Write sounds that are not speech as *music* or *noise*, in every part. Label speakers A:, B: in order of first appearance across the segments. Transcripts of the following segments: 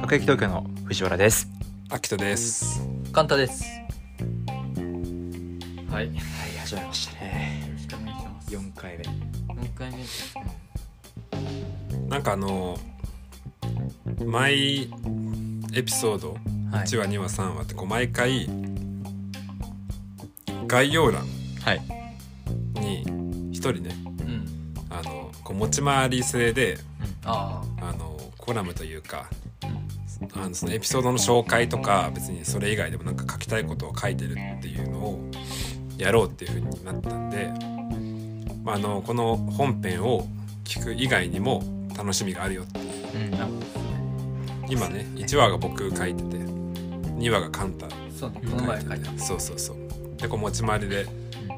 A: 各駅東京の藤原です。
B: アキトです。
C: 簡単です。はい。よ
A: はい、始まりましたね。
C: ろしくお願いします。
A: 4回目。
C: 4回目ですね。
B: なんかあの毎エピソード
A: はい
B: 1話2話3話ってこう毎回概要欄
A: はい。
B: に一人ね
C: うん。
B: あのこう持ち回り制で
C: あ
B: あのコラムというかあのそのエピソードの紹介とか別にそれ以外でもなんか書きたいことを書いてるっていうのをやろうっていう風になったんで、まあ、あのこの本編を聞く以外にも楽しみがあるよって
A: うん、
C: あ。
B: 今ね1話が僕書いてて2話がカンタ
C: そうね。この前書いた。
B: そうそうそうでこう持ち回りで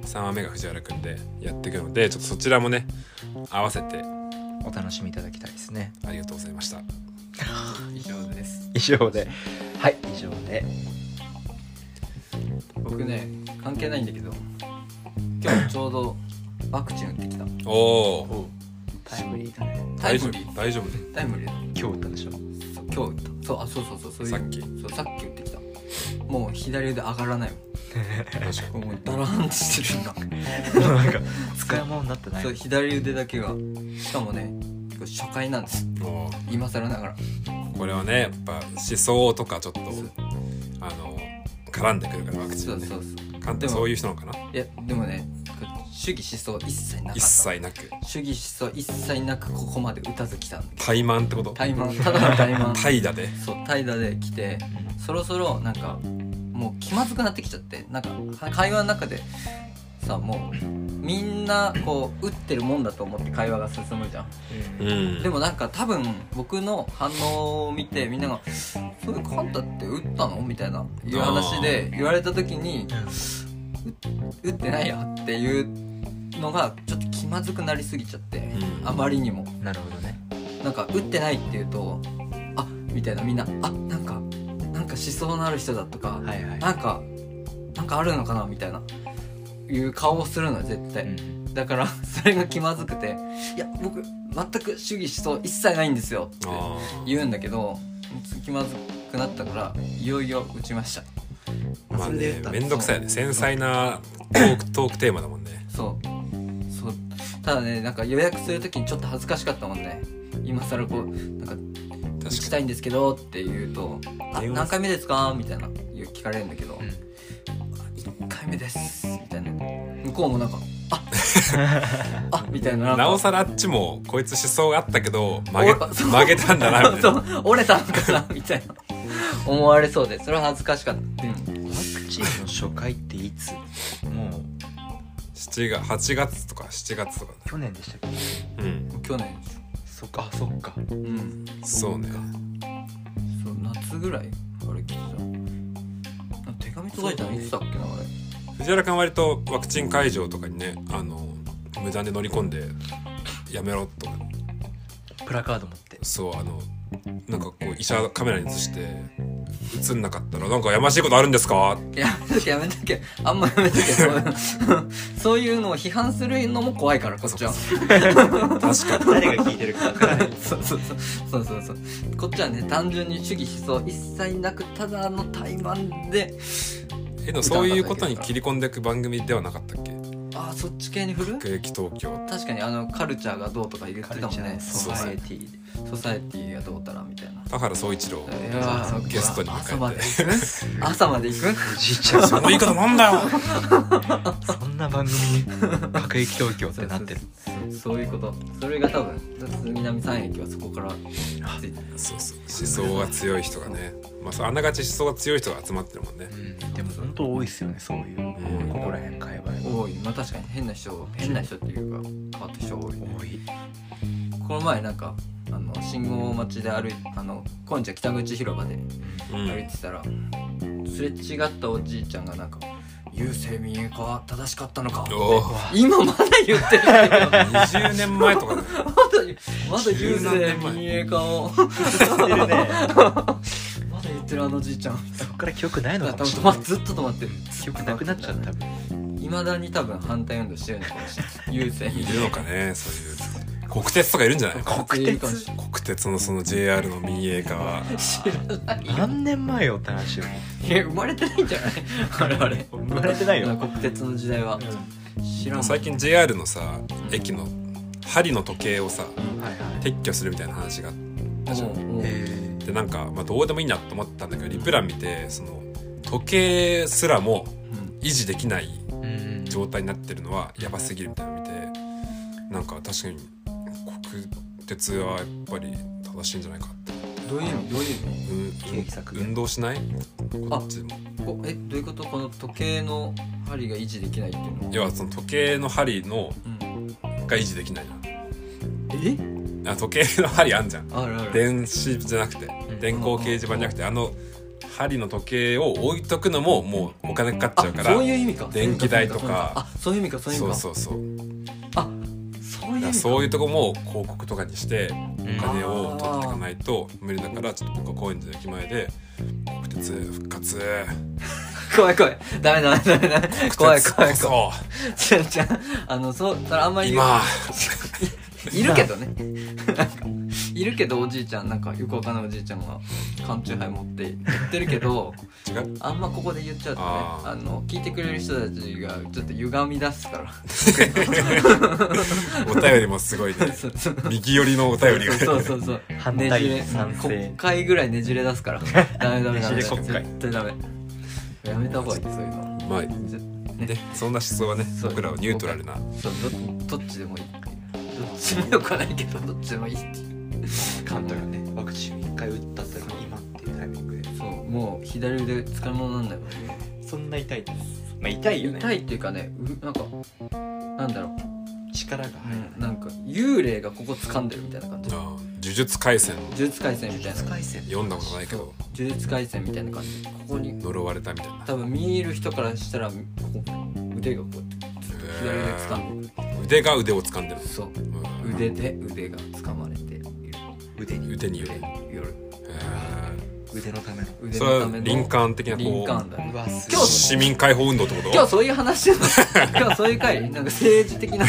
B: 3話目が藤原くんでやっていくのでちょっとそちらもね合わせて
A: お楽しみいただきたいですね。
B: ありがとうございました
C: 以上です。
A: 以上で。はい、以上で。
C: 僕ね、関係ないんだけど、今日ちょうどワクチン打ってきた。
B: おお
C: おタイムリーだね。タ
B: 大
C: イ
B: 丈
C: ムリー
B: 夫大丈夫ね
C: タイムリーだ。
A: 今日打ったでしょ。 *laughs*
C: そう今日打った。そう、あ、そうそうそう。そういう
B: さっき
C: そう、さっき打ってきた。もう左腕上がらないもん。これもうダラーンとしてるんだ。
A: なんか、使い物になってない。
C: そう、左腕だけが。しかもね、これ初回なんです。
B: おー
C: 今更ながら。
B: これはねやっぱ思想とかちょっと
C: そう
B: あの絡んでくるからワクチ
C: そ
B: ン
C: う
B: ね
C: そうそう
B: カン
C: で
B: タ
C: も
B: そういう人なのかない
C: やでもねこう主義思想一切なかった
B: 一切なく
C: 主義思想一切なくここまで打たず来たんだけど
B: 怠慢ってこと
C: 怠慢ただの怠慢
B: 怠惰で
C: そう怠惰で来て
A: う。
C: そろそろなんかもう気まずくなってきちゃってなんかは会話の中でさもうみんなこう打ってるもんだと思って会話が進むじゃん
B: うんん
C: でもなんか多分僕の反応を見てみんなが「そういうカンタって打ったの?」みたいないう話で言われた時に打ってないよっていうのがちょっと気まずくなりすぎちゃって、
B: うん
C: あまりにも
A: なるほどね。
C: なんか打ってないっていうとあみたいなみんなあなんかなんか思想のある人だとか、
A: いは
C: なんかなんかあるのかなみたいないう顔をするのよ絶対、
A: うん
C: だからそれが気まずくていや僕全く主義思想一切ないんですよって
B: あー
C: 言うんだけど気まずくなったからいよいよ打ちました
B: まあ
A: それで言
B: ね
A: ったら
B: めんどくさいよね繊細なトークトークテーマだもんね
C: そうそうただねなんか予約するときにちょっと恥ずかしかったもんね今更こうなんか「打
B: 確
C: ち
B: か
C: た
B: に
C: いんですけど」って言うと「あ
B: 電話
C: 何回目ですか?」みたいな言う聞かれるんだけど「
A: うん
C: 1回目です」みたいな向こうもなんか「ああ *laughs* みたいななんか
B: なおさらあっちもこいつ思想があったけど曲げ
C: おそう
B: 曲げたんだなみたいな
C: *laughs* そう折れたのかなみ *laughs* たいな思われそうでそれは恥ずかしかった、うん
A: ワクチンの初回っていつ。もう、
B: 7月8月とか7月とか
A: 去年でしたっけ。
B: ねうん
C: 去年でし
A: そっか、あそっか。
C: ょうん
B: そうね
C: そう夏ぐらいあれ聞いてたなんか手紙届いたのいつだっけなあれ
B: 藤原君は割とワクチン会場とかにねあの無断で乗り込んでやめろとか
A: プラカード持って。
B: そうあのなんかこう医者カメラに映して映んなかったらなんかやましいことあるんですか
C: やめとけやめとけあんまやめとけそういうの *laughs* そういうのを批判するのも怖いからこっちは
B: 確かに
A: 誰が聞いてるかわからない。
C: そうそうそうそうそうそうこっちはね単純に主義思想一切なくただの怠慢で
B: えでもそういうことに切り込んでいく番組ではなかったっけ
C: ああそっち系に振る
B: 各駅東京
C: 確かにあのカルチャーがどうとか言ってたもんね
A: ソ
C: ソ
A: サ
C: サ
A: エ
C: エ
A: ティで。
C: ソサエティがどうたらみたいない
B: 田原総一郎
C: やー
B: ゲストに迎えて
C: 朝まで行く朝まで行く
A: おじいちゃん、
B: その言い方なんだよ
A: *laughs* そんな番組に各駅東京ってなってる。
C: そうそういうことそれが多分南三駅はそこからついて
B: そうそう思想が強い人がねまあそうあながち思想が強い人が集まってるもんね
A: うんでも本当多いっすよね、そういう。
B: うん
A: ここら辺界隈は
C: 多いまあ確かに変な人変な人っていうか変わった人多いね
A: 多い。
C: この前なんかあの信号待ちで歩いあの今度は北口広場で
B: う
C: 歩い
B: ん
C: てたら、すれ違ったおじいちゃんがなんか「郵政民営化は正しかったのか」
B: おお
C: 今まだ言ってる
B: 20年前とかね
C: まだまだ郵政民営化を
A: 知ってるね。
C: まだ言ってるあのじいちゃん
A: *laughs* そこから記憶ないのかもしれ
C: 止
A: な
C: ま
A: い。
C: ずっと止まってる
A: 記憶なくなっちゃう多分。
C: いまだに多分反対運動してるのかもしれない郵政
B: い
C: 民営
B: るのかねそういう国鉄とかいるんじゃない国
A: 国
C: いいかもし
A: 鉄
C: れ
B: 鉄のその JR の民営化は
C: 知らないよ
A: 何年前よって話よ
C: いや生まれてないんじゃない我々
A: 生まれてないよ
C: 国鉄の時代は知らん
B: 最近 JR のさ駅の針の時計をさ
A: はいはい
B: 撤去するみたいな話があったじゃん
C: もう
A: え
B: でなんか、まあ、どうでもいいなと思ったんだけどリプラン見てその時計すらも維持できない
A: ー
B: 状態になってるのはやばすぎるみたいなの見てなんか確かに国鉄はやっぱり正しいんじゃないかって、
C: どういう意味どういう意味
B: うん
C: 経費削減
B: 運動しないこっちも
C: こえどういうことこの時計の針が維持できないっていうのは
B: 要はその時計の針の
C: うん
B: が維持できない
C: え
B: なあ時計の針あんじゃん
C: あるある
B: 電子じゃなくて
A: ん
B: 電光掲示板じゃなくてあの針の時計を置いとくのももうお金かかっちゃうから
C: あそういう意味か
B: 電気代とか
C: あそういう意味かそういう意
B: そう
C: 味か
B: そうそう
C: あそ
B: だか
C: ういう意
B: ら
C: 味か
B: そういうとこも広告とかにして
A: うん
B: お金を取っていかないと無理だからちょっと僕は高円寺の駅前で国鉄復活
C: 怖い怖いダメダメダメ
B: *laughs*
C: ダメ怖い怖い怖い
B: そ
C: ちゃんちゃんあのそうそれあんま
B: う
C: り
B: 今
C: いるけどね *laughs* なんかいるけどおじいちゃんなんかよくわかんないおじいちゃんが缶チューハイ持って言ってるけ
B: *laughs*
C: ど
B: 違う
C: あんまここで言っちゃうとね
B: あ
C: あ
B: ー
C: の聞いてくれる人たちがちょっと歪み出すから
B: お便りもすごいね
C: そうそう
B: 右寄りのお便りが
C: そうそうそう
A: 反
C: ねじれ
A: 対賛成
C: 国会ぐらいねじれ出
A: *laughs*
C: すからダメダメダメ
A: ねじれ国会
C: 絶対ダメやめた方がいいそういうの
B: まあ
C: ぜ
B: ねそんな思想はね
C: そう
B: 僕らはニュートラルな
C: そうどどっちでもいいっていうどっちもよくはないけどどっちでもいいっていう
A: 監督がねワクチン1回打ったってのに今っていうタイミングで
C: そうもう左腕使い物なんだよ
A: そんな痛いですまあ痛いよね
C: 痛いっていうかねうなんかなんだろう、
A: 力が入らない
C: なんか幽霊がここ掴んでるみたいな感じ
B: あ
C: 呪
B: ー呪術廻戦
C: 術廻戦みたいな
A: ス
C: 呪
A: 回線
B: 読んだことないけど
C: 術廻戦みたいな感じここに
B: 呪われたみたいな
C: 多分見る人からしたらこう腕がこうやって左腕掴んで
B: えー腕が腕を掴んでる
C: る、そう
B: うん
C: 腕で腕が掴まれている
A: 腕に
B: 腕によ
C: 腕
B: る
C: による
B: え
A: 腕のための
B: ー
C: 腕
B: そ
C: の
B: れ
C: た
B: は
C: めの
B: 林間的な
C: 林
B: こ
C: 間だね
A: うわす
C: 今
A: ご
B: う
A: い
C: 日
B: 市民解放運動ってこ
C: 今日
B: と
C: そういう話してた今日そういう回なんか政治的な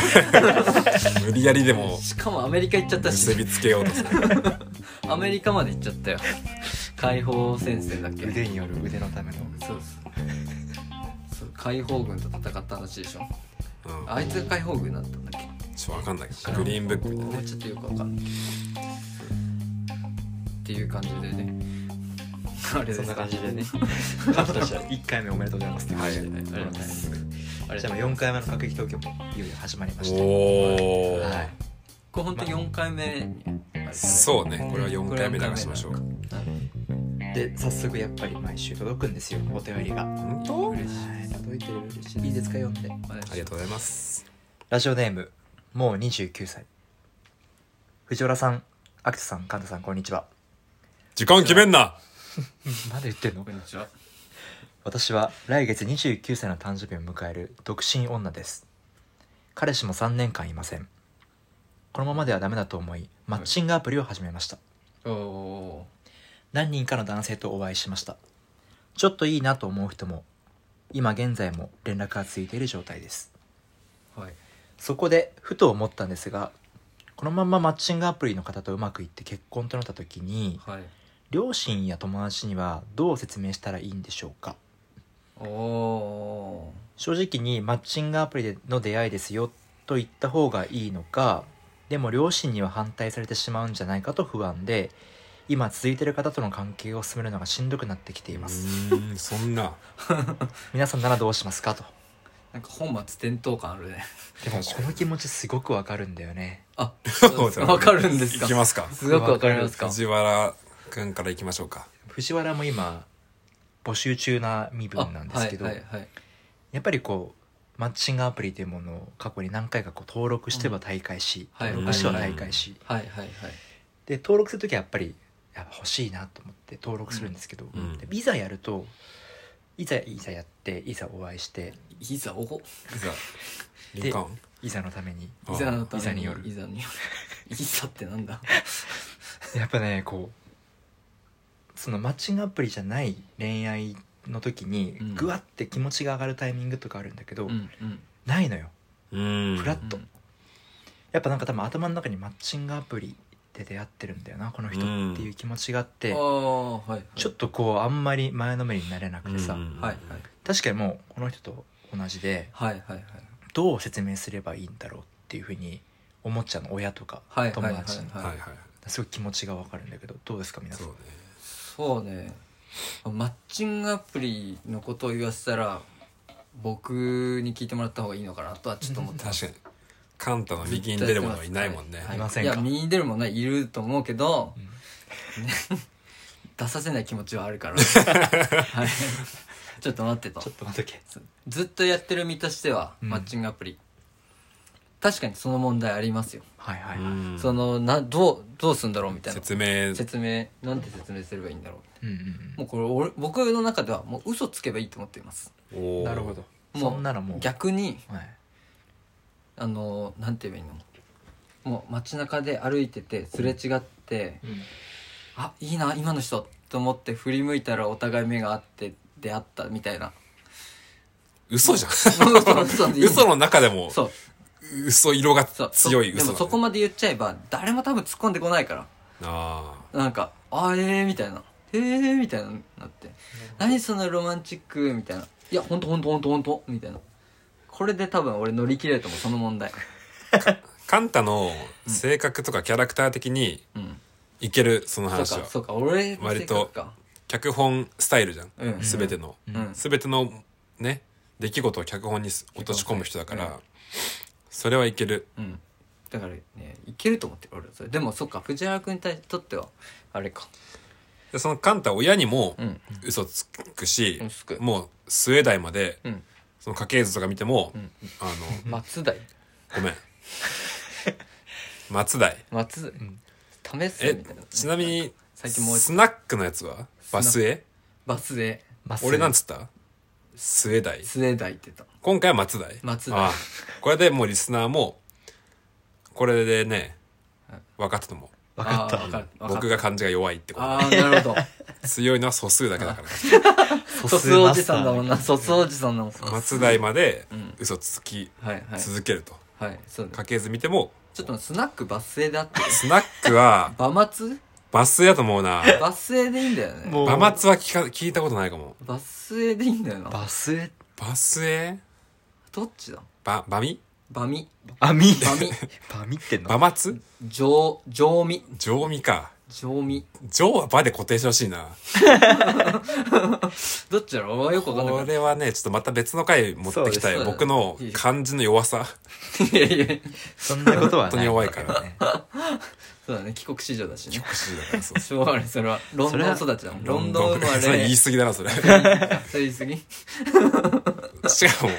B: 無理やりでも
C: しかもアメリカ行っちゃったし
B: 結びつけようとする
C: アメリカまで行っちゃったよ解放戦線だっけ
A: 腕による腕のた *laughs* めの
C: そうそうそう解放軍と戦った話でしょ
B: うん
C: *laughs* あいつが解放軍だったんだっけ
B: ちょっとわかんないけどグリーンブックみたいな
C: もう
B: ね
C: ちょっとよくわかんないっていう感じでねあれです
A: そんな感じでねカットした1回目おめでとうございますって感じで
B: はい
A: ありがとうございます
C: あれ
A: じゃあ4回目の各撃東京もいよいよ始まりました
B: おお、
A: はい
C: これ本当4回目にあれですね
B: そうねこれは4回目流しましょう
A: で早速やっぱり毎週届くんですよお便りがは
B: 本当
C: 嬉し
A: い届いてる嬉し
C: いいい
A: い
C: で
A: ですすか
C: か読
A: よ
C: んでお願いし
B: ありがとうございます
A: ラジオネームもう29歳藤原さん秋田さん神田さんこんにちは
B: 時間決めんな
A: *laughs* まだ言ってんの
C: こんにちは
A: 私は来月29歳の誕生日を迎える独身女です彼氏も3年間いませんこのままではダメだと思いマッチングアプリを始めました、
C: おお
A: 何人かの男性とお会いしましたちょっといいなと思う人も今現在も連絡がついている状態です
C: ーはい
A: そこでふと思ったんですがこのままマッチングアプリの方とうまくいって結婚となった時に
C: はい
A: 両親や友達にはどう説明したらいいんでしょうか
C: おお
A: 正直にマッチングアプリでの出会いですよと言った方がいいのかでも両親には反対されてしまうんじゃないかと不安で今続いてる方との関係を進めるのがしんどくなってきています
B: うーんそん
C: *laughs*
B: な
A: 皆さんならどうしますかと
C: なんか本末転倒感あるね
A: でもこの気持ちすごくわかるんだよね
C: あ
B: そうだね
C: わかるんです
B: いき
C: か
B: ますか
C: すごくわかりますか
B: 藤原くんからいきましょうか
A: 藤原も今募集中な身
C: あ
A: 分なんですけど、
C: はいはいはい
A: やっぱりこうマッチングアプリというものを過去に何回かこう登録しては大会し、
C: うんはい
A: 登録しては大会し、
C: はいはいはい
A: で登録する時はやっぱりやっぱ欲しいなと思って登録するんですけど、
B: うん
A: でいざやるといざいざやっていざお会いして
C: いざお
B: いざリンカーン
A: いざのた
C: *laughs*
A: めに
B: あ
C: いざのた
A: いざ
C: めに
A: による
C: いざによるいざってなんだ
A: やっぱねこうそのマッチングアプリじゃない恋愛の時に
C: うん
A: ぐわって気持ちが上がるタイミングとかあるんだけど、
C: うんうん
A: ないのよ
B: うん
A: フラッと、
C: うん
A: やっぱなんか多分頭の中にマッチングアプリで出会ってるんだよなこの人っていう気持ちがあって、
C: ああはいはい
A: ちょっとこうあんまり前のめりになれなくてさ、
B: うん
C: はい
A: 確かにもうこの人と同じで
C: はいはいはいはい
A: どう説明すればいいんだろうっていうふうに思っちゃうの親とか
C: はいはい
A: 友
C: はい
A: 達に
B: はいはいはい
A: すごい気持ちがわかるんだけどどうですか皆さ
B: そ
A: ん
B: うね
C: そうねマッチングアプリのことを言わせたら僕に聞いてもらった方がいいのかなとはちょっと思ってま
B: *laughs*
C: す
B: 確かにカンタの右に出るものはいないもんね、
A: *laughs*
C: はい
A: ませんか
C: いや右に出るものはいると思うけど、
A: うん
C: *laughs* 出させない気持ちはあ
B: *laughs*
C: るから、はい、ちょっと待ってと
A: ちょっと待っとけ
C: ずっとやってる身としては、
A: うん
C: マッチングアプリ確かにその問題ありますよ、
A: はいはい、
B: う
A: うん
B: ん
C: そのなどうどうすんだろうみたいな
B: 説明
C: 説明なんて説明すればいいんだろ
A: うん
C: うもうこれ俺僕の中ではもう嘘つけばいいと思っています
A: う
B: お
A: ん、
B: ー
A: なるほど
C: も
A: そんならもう、
C: 逆に
A: はい、
C: あのなんて言えばいいのもう街中で歩いててすれ違って、あいいな今の人と思って振り向いたらお互い目が合って出会ったみたいな
B: 嘘じゃん
C: 嘘嘘でいい
B: 嘘の中でも
C: そう
B: 嘘色が
C: そう
B: 強い
C: で
B: 嘘
C: もそこまで言っちゃえば誰も多分突っ込んでこないから
B: あ
C: なんか「あえー」みたいな「えー」みたいなのになって「何そのロマンチック」みたいな「いやほんとほんとほんとほんと」みたいなこれで多分俺乗り切れると思うその問題
B: あカンタの性格とかキャラクター的に
C: うん
B: いけるその
C: そう
B: 話は
C: かそうか俺の性格か
B: 脚本スタイルじゃん、
C: うん
B: 全ての、
C: うん
B: 全てのね出来事を脚本にす落とし込む人だから、
C: うん
B: それはいける
C: うんだからねいけると思ってる俺はそれでもそっか藤原君に対しとってはあれか
B: でそのカンタは親にも
C: うん
B: 嘘つくし、
C: うんつく
B: もう末代まで
C: うん
B: その家系図とか見ても、
C: ん
B: あの
C: 松代
B: ごめん松代
C: 松
A: ん
C: 代試すみ
B: え
C: たいな
B: ちなみに
C: 最近もう
B: スナックのやつはバスへ
C: バスで
A: まあ
B: 俺なんつった末代
C: 末代って言った
B: 今回は松代
C: 松代
B: ああこれでもうリスナーもこれでね分かったと思う
A: わかった
C: あーわかるわか
B: 僕
C: る
B: が漢字が弱いってこと
C: ああなるほ
B: 強いのは素数だけだから
A: 素
C: ど *laughs* 卒おじさんだもんな卒おじさんだもんは
B: 松代まで
C: うん
B: 嘘つき
C: いはい
B: 続けると
C: はいそうだ
B: 家系図見ても
C: ちょっとスナックバスへだって
B: スナックは
C: バマツ
B: バスやと思うな
C: バスへでいいんだよね
A: もう
B: バマツは聞か聞いたことないかも
C: バスへでいいんだよな
A: バスへ
B: バスへ
C: どっちだ
B: ババミ
C: バミ
A: バミ
C: バ
B: *laughs*
C: ミ
A: バミってんの
B: バマツ
C: 上上ミ
B: 上ミか
C: 上ミ
B: 上はバで固定してほしいな
C: どっちだろう俺はよくわかんな
B: こ
C: い
B: れはねちょっとまた別の回持ってきた
A: そう
B: い
A: です
B: 僕の漢字の弱さ
C: いやいや
A: そんなことはない
B: 本当に弱いから
A: ね
C: そうだね帰国子女だしね
B: 欲しいだからそう
C: しょうがないそれはロン
A: それ
C: ドン
A: は
C: 育ちだもん
B: ロ
C: ロ
B: ン
C: ン
B: ド
C: ド
B: ン
C: ン生
B: 生
C: ま
B: ま
C: れ
B: れ言い過ぎだなそれし
C: それ言い過ぎ
B: かも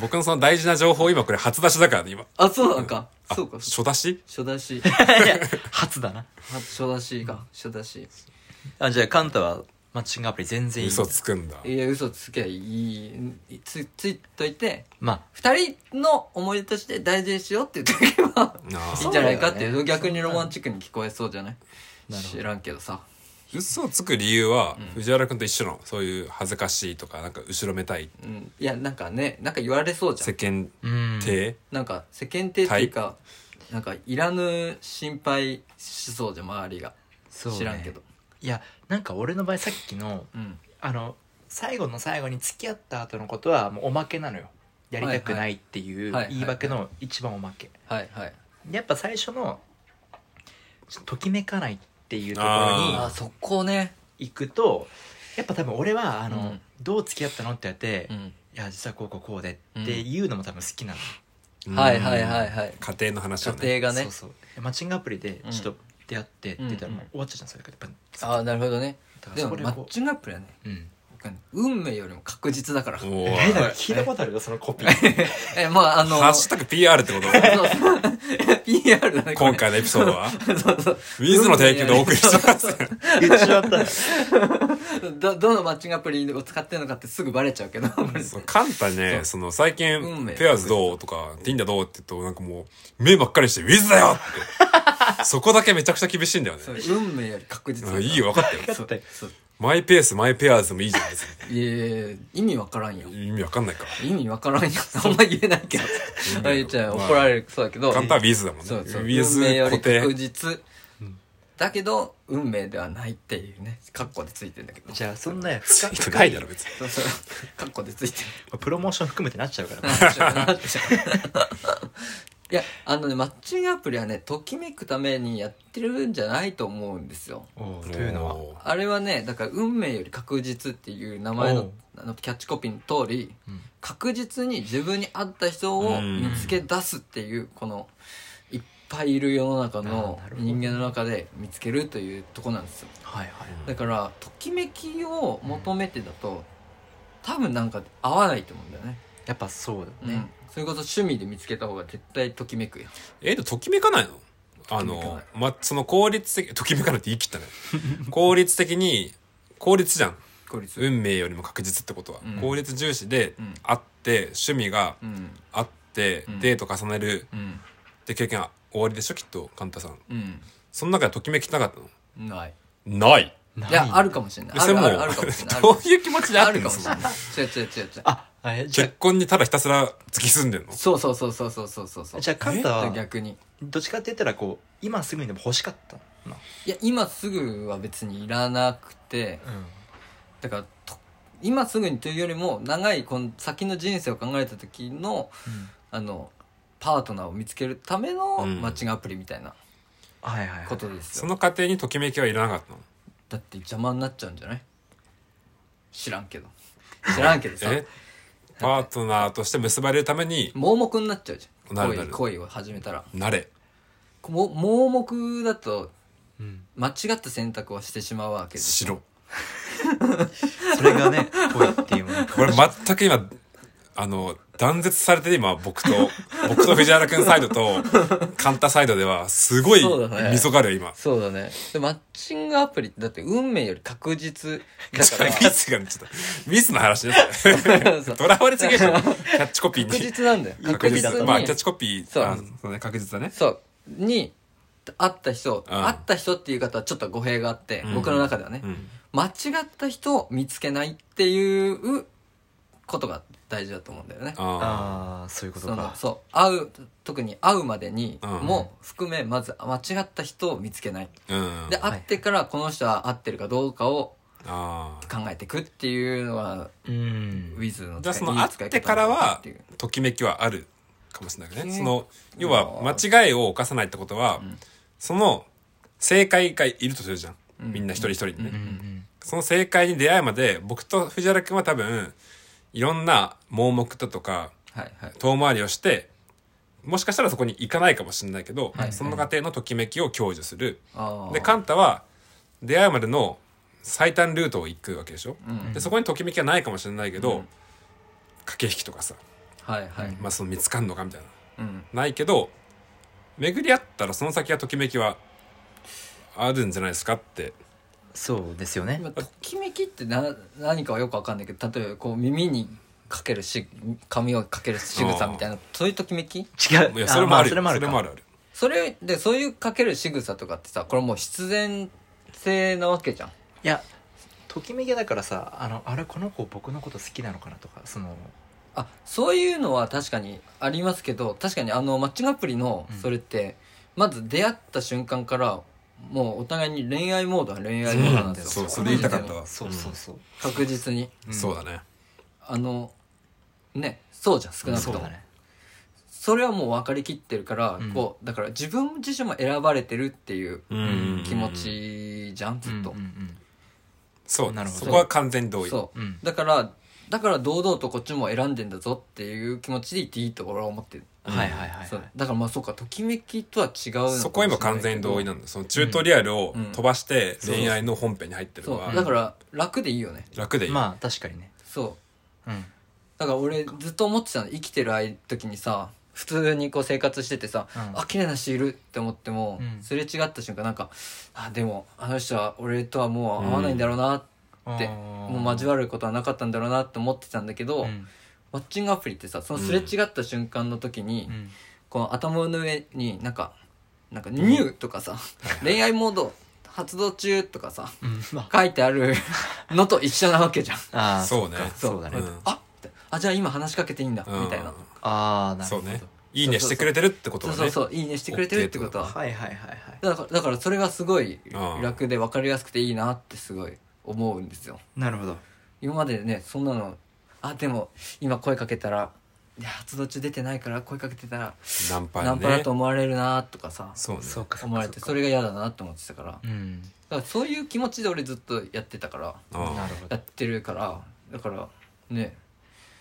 B: 僕のその大事な情報今これ初出しだからね今
C: あ、そうなんか。そうか。
B: 初出し
C: 初出し。
A: 初だな
C: 初出しか。初出し。
A: あじゃあカンタはマッチングアプリ全然いいんだ
B: 嘘つくんだ
C: いや、嘘つけばいい。つ、ついといて、
A: ま
C: 二人の思い出として大事にしようって言ってお
B: *laughs*
C: けば
B: ない
C: い
B: あ
C: んじゃないかっていう。逆にロマンチックに聞こえそうじゃない
A: なるほど
C: 知らんけどさ。
B: 嘘をつく理由は藤原君と一緒なのそういう恥ずかしいとかなんか後ろめたい
C: うん。いや、なんかね、なんか言われそうじゃ
B: 世
C: ん。
B: 間
A: あうん
B: 体
C: なんか世間体っていうか、なんかいらぬ心配しそうじゃん、周りが。
A: そうね
C: 知らんけど。
A: いやなんか俺の場合さっきの
C: うん。
A: あの最後の最後に付き合った後のことはもうおまけなのよやりたくないっていう
C: はいはい
A: 言い訳の一番おまけ
C: はいはい。
A: やっぱ最初のちょっとときめかないっていうとこ
B: う
A: ろ
B: ん
C: あー、
A: に
C: そこね。
A: 行くとやっぱ多分俺はあの、
C: うん
A: どう付き合ったのってやって、
C: う
A: い
C: ん。
A: や実はこうこうこうでっていうのも多分好きなの、
C: はいはいはいはい
B: 家庭の話をね
C: 家庭がね
A: そう。そうマッチングアプリでちょっと出会ってって言ったらもう終わっちゃうじゃんそれだけで
C: ああ、なるほどね。
A: だから
C: で
A: そ
C: も
A: こで
C: マッ
A: こ
C: チングアプリはね
A: う、うん、
C: 僕はね運命よりも確実だから
B: お
A: え
B: ー
A: なんか聞いたことあるよそのコピ
C: *laughs*
A: ー
C: えまああの
B: ハッシュタグ PR ってこと
C: そうそう *laughs* PR だねこれ
B: 今回のエピソードは
C: そうそう
B: ウィズの提供でお送りしてます
A: 言っちま
C: *laughs*
A: ったよ
C: ど *laughs* どのマッチングアプリを使ってるのかってすぐバレちゃうけど俺
B: そうカンタね、その最近
C: 運命、
B: ペアーズどうとか、ティンダどうって言うと、なんかもう、目ばっかりして、ウィズだよ
C: *laughs*
B: って。そこだけめちゃくちゃ厳しいんだよね
C: そう。運命より確実
B: あいいよ、分かったよ。
A: 分かったよ
C: そう
B: マイペースマイペアーズでもいいじゃないですか
C: いやいやいや意味わからんよ
B: 意味わかんないか
C: 意味わからんよ *laughs* あんま言えないけどあ言っちゃう怒られるそうだけど
B: 簡単は Wiz だもんね
C: そうそう
B: Wiz
C: 運命よ
B: 固
C: り確
B: 定
C: 実だけど運命ではないっていうねカッコでついてんだけど
A: じゃあそんな
B: つ
A: 深
B: いて
A: 深
B: ない
A: い
B: だろ別に
C: そうそうカッコでついて
A: プロモーション含めてなっちゃうから
C: る *laughs* いやあのねマッチングアプリはねときめくためにやってるんじゃないと思うんですよ
A: おうというのは
B: おー
C: あれはねだから「運命より確実」っていう名前
A: お
C: の
A: う
C: あのキャッチコピーの通り
A: うん
C: 確実に自分に合った人を見つけ出すっていうこのいっぱいいる世の中の
A: あーなるほど
C: 人間の中で見つけるというとこなんですよ
A: はいはい
C: だからときめきを求めてだと多分なんか合わないと思うんだよね
A: やっぱそうだ
C: ね、
A: ね、
C: それこそ趣味で見つけた方が絶対ときめくよ
B: えでもときめかないのあ
C: ときめか
B: の
C: ない、
B: ま、その効率的、ときめかないって言い切ったね。効率的に、効率じゃん。
C: 効率
B: 運命よりも確実ってことは。
C: うん
B: 効率重視で
C: うん、
B: あって、趣味が
C: うん
B: あって、
C: うん
B: デート重ねる
C: うん
B: って経験は終わりでしょきっと、カンタさん。
C: う
B: その中でときめきなかったの
C: んない
B: ない。
A: ない
C: やあるかもしれない
B: え
C: あ
B: それ
C: る
B: もう
C: あるあるかもしれな
B: *laughs*
C: い
B: どういう気持ちであ
C: あ
B: って
C: る
B: ん
C: か
B: の
C: もしれない違う違う違う違う
A: あえじゃ
B: 結婚にただひたすら突き進んでんの
C: そうそうそうそうそうそうそうそ
A: あ
C: う
A: じゃあカンタは
C: 逆に
A: どっちかって言ったらこう今すぐにでも欲しかったない
C: や今すぐは別にいらなくてだからと今すぐにというよりも長いこの先の人生を考えた時のあのパートナーを見つけるための
B: うん
C: マッチングアプリみたいな
A: はいはい、は
C: こ
A: い、
C: とですよ、
B: その過程にときめきはいらなかったの
C: だって邪魔になっちゃうんじゃない知らん *laughs* けど知らんけどさ
B: えパートナーとして結ばれるために、
C: 盲目になっちゃうじゃん
B: なる
C: 恋
B: なる
C: 恋を始めたら
B: なれ。
C: も盲目だと
A: うん、
C: 間違った選択をしてしまうわけです
B: しろ。
A: それが
C: *laughs*
A: ね恋っていうもの
B: これ全く今、あの、断絶されてる今、僕
C: *laughs*
B: と、僕と藤原くんサイドと、カンタサイドでは、すごい
C: そうだね、
B: 溝があるよ、今。
C: そうだねでマッチングアプリってだって運命より確実だ
B: ちょっと
C: か
B: ミ
C: ら
B: スが、ちょっと、ミスの話ですね。
C: そう
B: とらわれすぎでしょ。キャッチコピーに。
C: 確実なんだよ確
B: 確
C: 実
B: 実
C: に、
B: まあ、キャッチコピー、
C: そう
B: あそうね、確実だね。
C: そうに会った人、
B: うん
C: 会った人っていう方はちょっと語弊があって、
B: うん
C: 僕の中ではね、
B: うん。
C: 間違った人を見つけないっていうことが大事だと思うんだよね
B: あ
A: ああそういうこと
C: その
A: か
C: そう会う特に会うまでに
B: うん
C: も含めまず間違った人を見つけない、
B: あ。うん。
C: で
B: あ
C: 会ってからこの人は合ってるかどうかを
B: あー。
C: 考えていくっていうのは
A: うん
C: ウィズの
B: じゃあ、その、
C: いい使
B: 会
C: い
B: っ
C: 方
B: てから
C: だなっ
B: は
C: ていう、
B: ときめきはあるかもしれないね。
C: ね
B: その、要は、間違いを犯さないってことは、その、正解がいるとするじゃん。
C: うん
B: みんな一人一人にね。
C: うん
A: うんうん
B: その正解に出会うまで僕と藤原君は多分いろんな盲目だとか
C: はいはい
B: 遠回りをしてもしかしたらそこに行かないかもしれないけど、
C: はい
B: その過程のときめきを享受する
C: あー
B: でカンタは出会うまでの最短ルートを行くわけでしょ、
C: うん
B: でそこにときめきはないかもしれないけど、
C: うん
B: 駆け引きとかさ、
C: はいはい
B: まあ、その見つかんのかみたいな
C: うん
B: ないけど巡り合ったらその先はときめきはあるんじゃないですかって
A: そうですよね
C: 今ときめきってな何かはよくわかんないけど例えばこう耳にかけるし髪をかける仕草みたいなそういうときめき
A: 違う
B: いやそれもある
A: そ
B: よ
A: れもある
B: それ
A: か
B: もあるある
C: それでそういうかける仕草とかってさこれもう必然性なわけじゃん
A: いやときめきはだからさあのあれこの子僕のこと好きなのかなとかその
C: あそういうのは確かにありますけど確かにあのマッチングアプリの
A: うん
C: それって、まず出会った瞬間からもうお互いに恋愛モードは恋愛モードなんですよ、
B: そうそれ言いたかったわ
A: そうそうそう、
C: 確実に
A: うん
B: そうだね
C: あのねそうじゃん少なく
A: そ
C: と
A: う
C: もそ,、
A: だね
C: れはもう分かりきってるから、
A: うん
C: こうだから自分自身も選ばれてるっていう
B: うん
C: 気持ちじゃんずっと、
A: うんうん
B: そう
A: なるほど
B: そこは完全に同意
C: そ
A: うんうん
C: うだからだから堂々とこっちも選んでんだぞっていう気持ちでいっていいと俺は思ってる
B: うん
A: はいはいはい、
C: そう
A: はい、
C: だからまあそうかときめきとは違うのかもしれないけど
B: そこは今完全に同意なんだそのチュートリアルを飛ばして
C: うん
B: 恋愛の本編に入ってる
C: そ
B: の
C: う
B: は
C: だから楽でいいよね
B: 楽でいい、
A: まあ確かにね
C: そう
A: うん
C: だから俺ずっと思ってたの生きてる間時にさ普通にこう生活しててさ、
A: うん
C: あ綺麗な人いるって思っても、
A: うん
C: すれ違った瞬間なんかあでもあの人は俺とはもう合わないんだろうな、ってもう交わることはなかったんだろうなって思ってたんだけど、
A: うん
C: マッチングアプリってさそのすれ違った瞬間の時に、
A: うん
C: この頭の上になんかなんか「ニュー」とかさ、恋愛モード活動中とかさ
A: うんまあ
C: 書いてあるのと一緒なわけじゃん
A: あー
B: そうね
A: っかそうだね、
B: うん
C: あってあじゃあ今話しかけていいんだみたいな
A: ああなる
B: そ
A: ほ
B: う
A: ど
B: ねいいねしてくれてるってこと
C: そう
B: は
C: そ
B: ね
C: うそういいねしてくれてるってことは
A: はいはいはいはい
C: だからだからそれがすごい
B: うん
C: 楽で分かりやすくていいなってすごい思うんですよ
A: なるほど
C: 今までねそんなのあでも今声かけたらいや発動中出てないから声かけてたら
B: ナンパ
C: ナ
B: や
C: ンパだ
B: ね
C: と思われるなとかさ
B: そうね
A: そうかそう
C: 思
A: か
C: われ
A: う
C: て
A: か
C: それが嫌だなって思ってたからだ
A: うん
C: からそういう気持ちで俺ずっとやってたから
B: うん
A: なるほど
C: やってるからだからね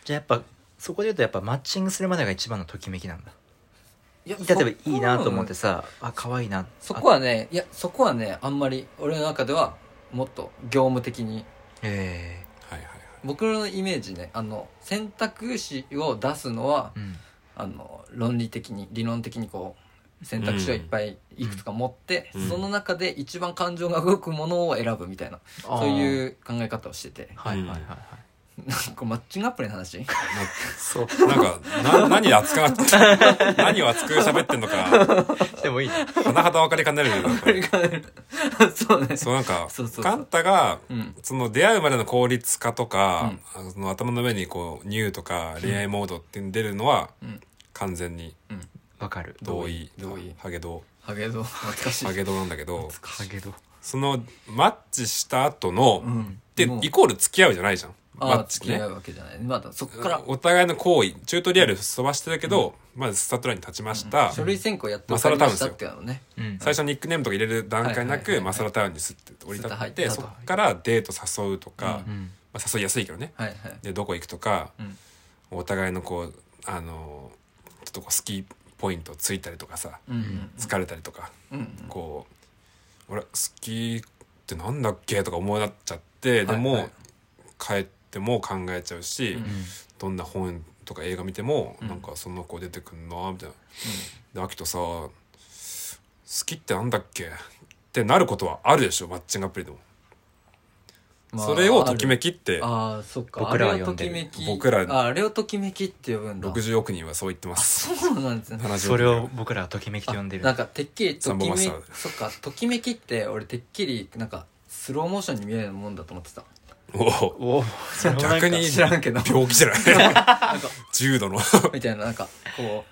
A: じゃあやっぱそこで言うとやっぱマッチングするまでが一番のときめきなんだ
C: いや
A: 例えばいいなと思ってさあ可愛いな
C: そこはねいやそこはねあんまり俺の中ではもっと業務的に
A: え
B: はいはいはい
C: 僕のイメージねあの選択肢を出すのは
A: えうん
C: あの論理的に理論的にこう選択肢をいっぱいいくつか持って、
B: うん
C: その中で一番感情が動くものを選ぶみたいな、そう
A: う
C: いう考え方をしてて
A: はいはいはいはい
C: なんかマッチングアプリの話 *laughs*
A: そう
B: なんか、な、 *laughs* 何熱くなって、何を熱く喋ってんのか、
A: でもいいね
B: 甚だ分かりかねるよなんか
C: *laughs* そうね
B: そうなんか
C: そうそうそう、
B: カンタが、
C: うん
B: その出会うまでの効率化とか、あその頭の上にこう、ニューとか恋愛モードって出るのは、
C: うん
B: 完全に
A: わかる
B: 同意。
C: 同意
B: ハゲド
C: ハゲド懐かしい
B: ハゲドなんだけど、
A: ハゲド
B: その、マッチした後の、
C: うん
B: で、
C: もう
B: イコール付き合うじゃないじゃん。マ
C: あ
B: ッ
C: あ付
B: チ
C: き合
B: ね
C: う。わけじゃないまだそっから
B: お互いの行為、チュートリアル飛ばしてたけど、まずスタートラインに立ちました。
C: 書類選考やって
B: ま
C: 分
B: さら
C: かり
B: 多
C: ま
B: 分です
C: した
B: よ
C: っていうのね
A: うん
B: 最初にニックネームとか入れる段階な
C: はいはいはいは
B: く
C: い
B: マサラタウンにすって降り立
C: スッと入
B: っ
C: ってて
B: そっからデート誘うとか、
A: う
B: ま
A: ん
B: あ、誘いやすいけどね
C: はいはい
B: でどこ行くとか
C: うん
B: お互いのこうあのちょっとこうスキーポイントついたりとかさ
C: うん
B: 疲れたりとか
C: うんうん
B: こう「俺スキーってなんだっけ?」とか思いなっちゃってで
C: はいは
B: も
C: い
B: 帰っても考えちゃうし、
C: うん
B: どんな本とか映画見ても、
C: うん
B: なんかそんな子出てくんなみたいな、で秋とさ「好きってなんだっけ?」ってなることはあるでしょマッチングアプリでも、
C: まあ
B: それをときめきって
C: ああそっか
A: 僕らは
C: あれを
A: 呼
C: と
A: んでる
C: きめき
B: 僕ら
C: ああれをときめきって呼ぶんだ
B: 60億人はそう言ってます
C: そうなんですね
A: *laughs*
B: 70億人
A: それを僕らはときめきと呼んでる
C: なんかてっきりと
B: 三
C: き
B: 本
C: め
B: 松
C: き
B: さん
C: そっかときめきって俺てっきりなんかスローモーションに見えるもんだと思ってた
B: おお
A: おお
B: 逆に
C: 知らんけど
B: *laughs* 病気じゃない
C: *laughs* なんか
B: 重
C: *laughs*
B: 度の
C: みたいななんかこ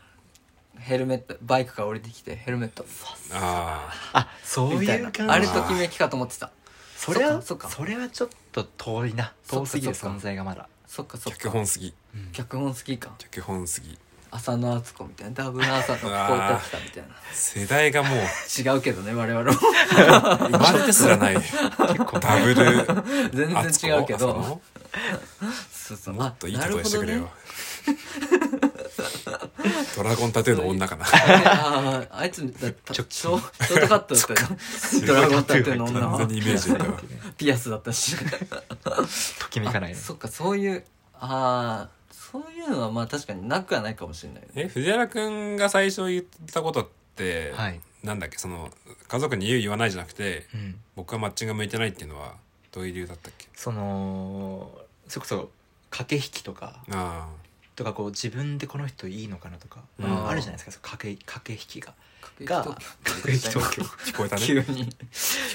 C: うヘルメットバイクから降りてきてヘルメット
B: あ
A: あそう
C: みた
A: い
C: いうな
A: 感じ
C: あれときめきかと思ってた
A: それは
C: そっかそ
A: そ
C: っか
A: れはちょっと遠いな
C: そっ
A: 遠
C: か
A: すぎる
C: そっか
A: 存在がまだ
C: そっかそ
B: あ
C: っか
B: 脚本すぎ
C: 脚本好きか
B: 脚本すぎ
C: 浅野敦子みたいなダブル浅野こうやってたみたい
B: 世代がも
C: *laughs*
B: う
C: な違うけどね
B: *laughs*
C: 我々も
B: 生まれてすらないダブル
C: 全然違うけ
B: あ
C: ど
B: そ
C: そうそ
B: こ
C: う
B: もっといい
C: あ
B: 例
C: な
B: えしてくれよ、
C: ほどね
B: *laughs* ドラゴンタトゥーの女か
C: *laughs*
B: な
C: あああいつだったシ
A: 直
C: ョショートカットだったよねドラゴンタトゥーの女
B: 完
C: は
B: 全にイメージだよ
C: ピアスだったし
A: ときめかないね
C: そっかそういうああそういうのはまあ確かになくはないかもしれないね
B: え藤原くんが最初言ったことって、
A: はい
B: なんだっけその家族に言う言わないじゃなくて
A: うん
B: 僕はマッチング向いてないっていうのはどういう理由だったっけ
A: そのそれこそ駆け引きとか
B: あ
A: とかこう自分でこの人いいのかなとか
B: うん
A: あるじゃないですかそう駆け駆け引きがが
C: が
A: 駆け引き東京
B: あ聞こえたね
C: *laughs* 急
B: 聞
C: に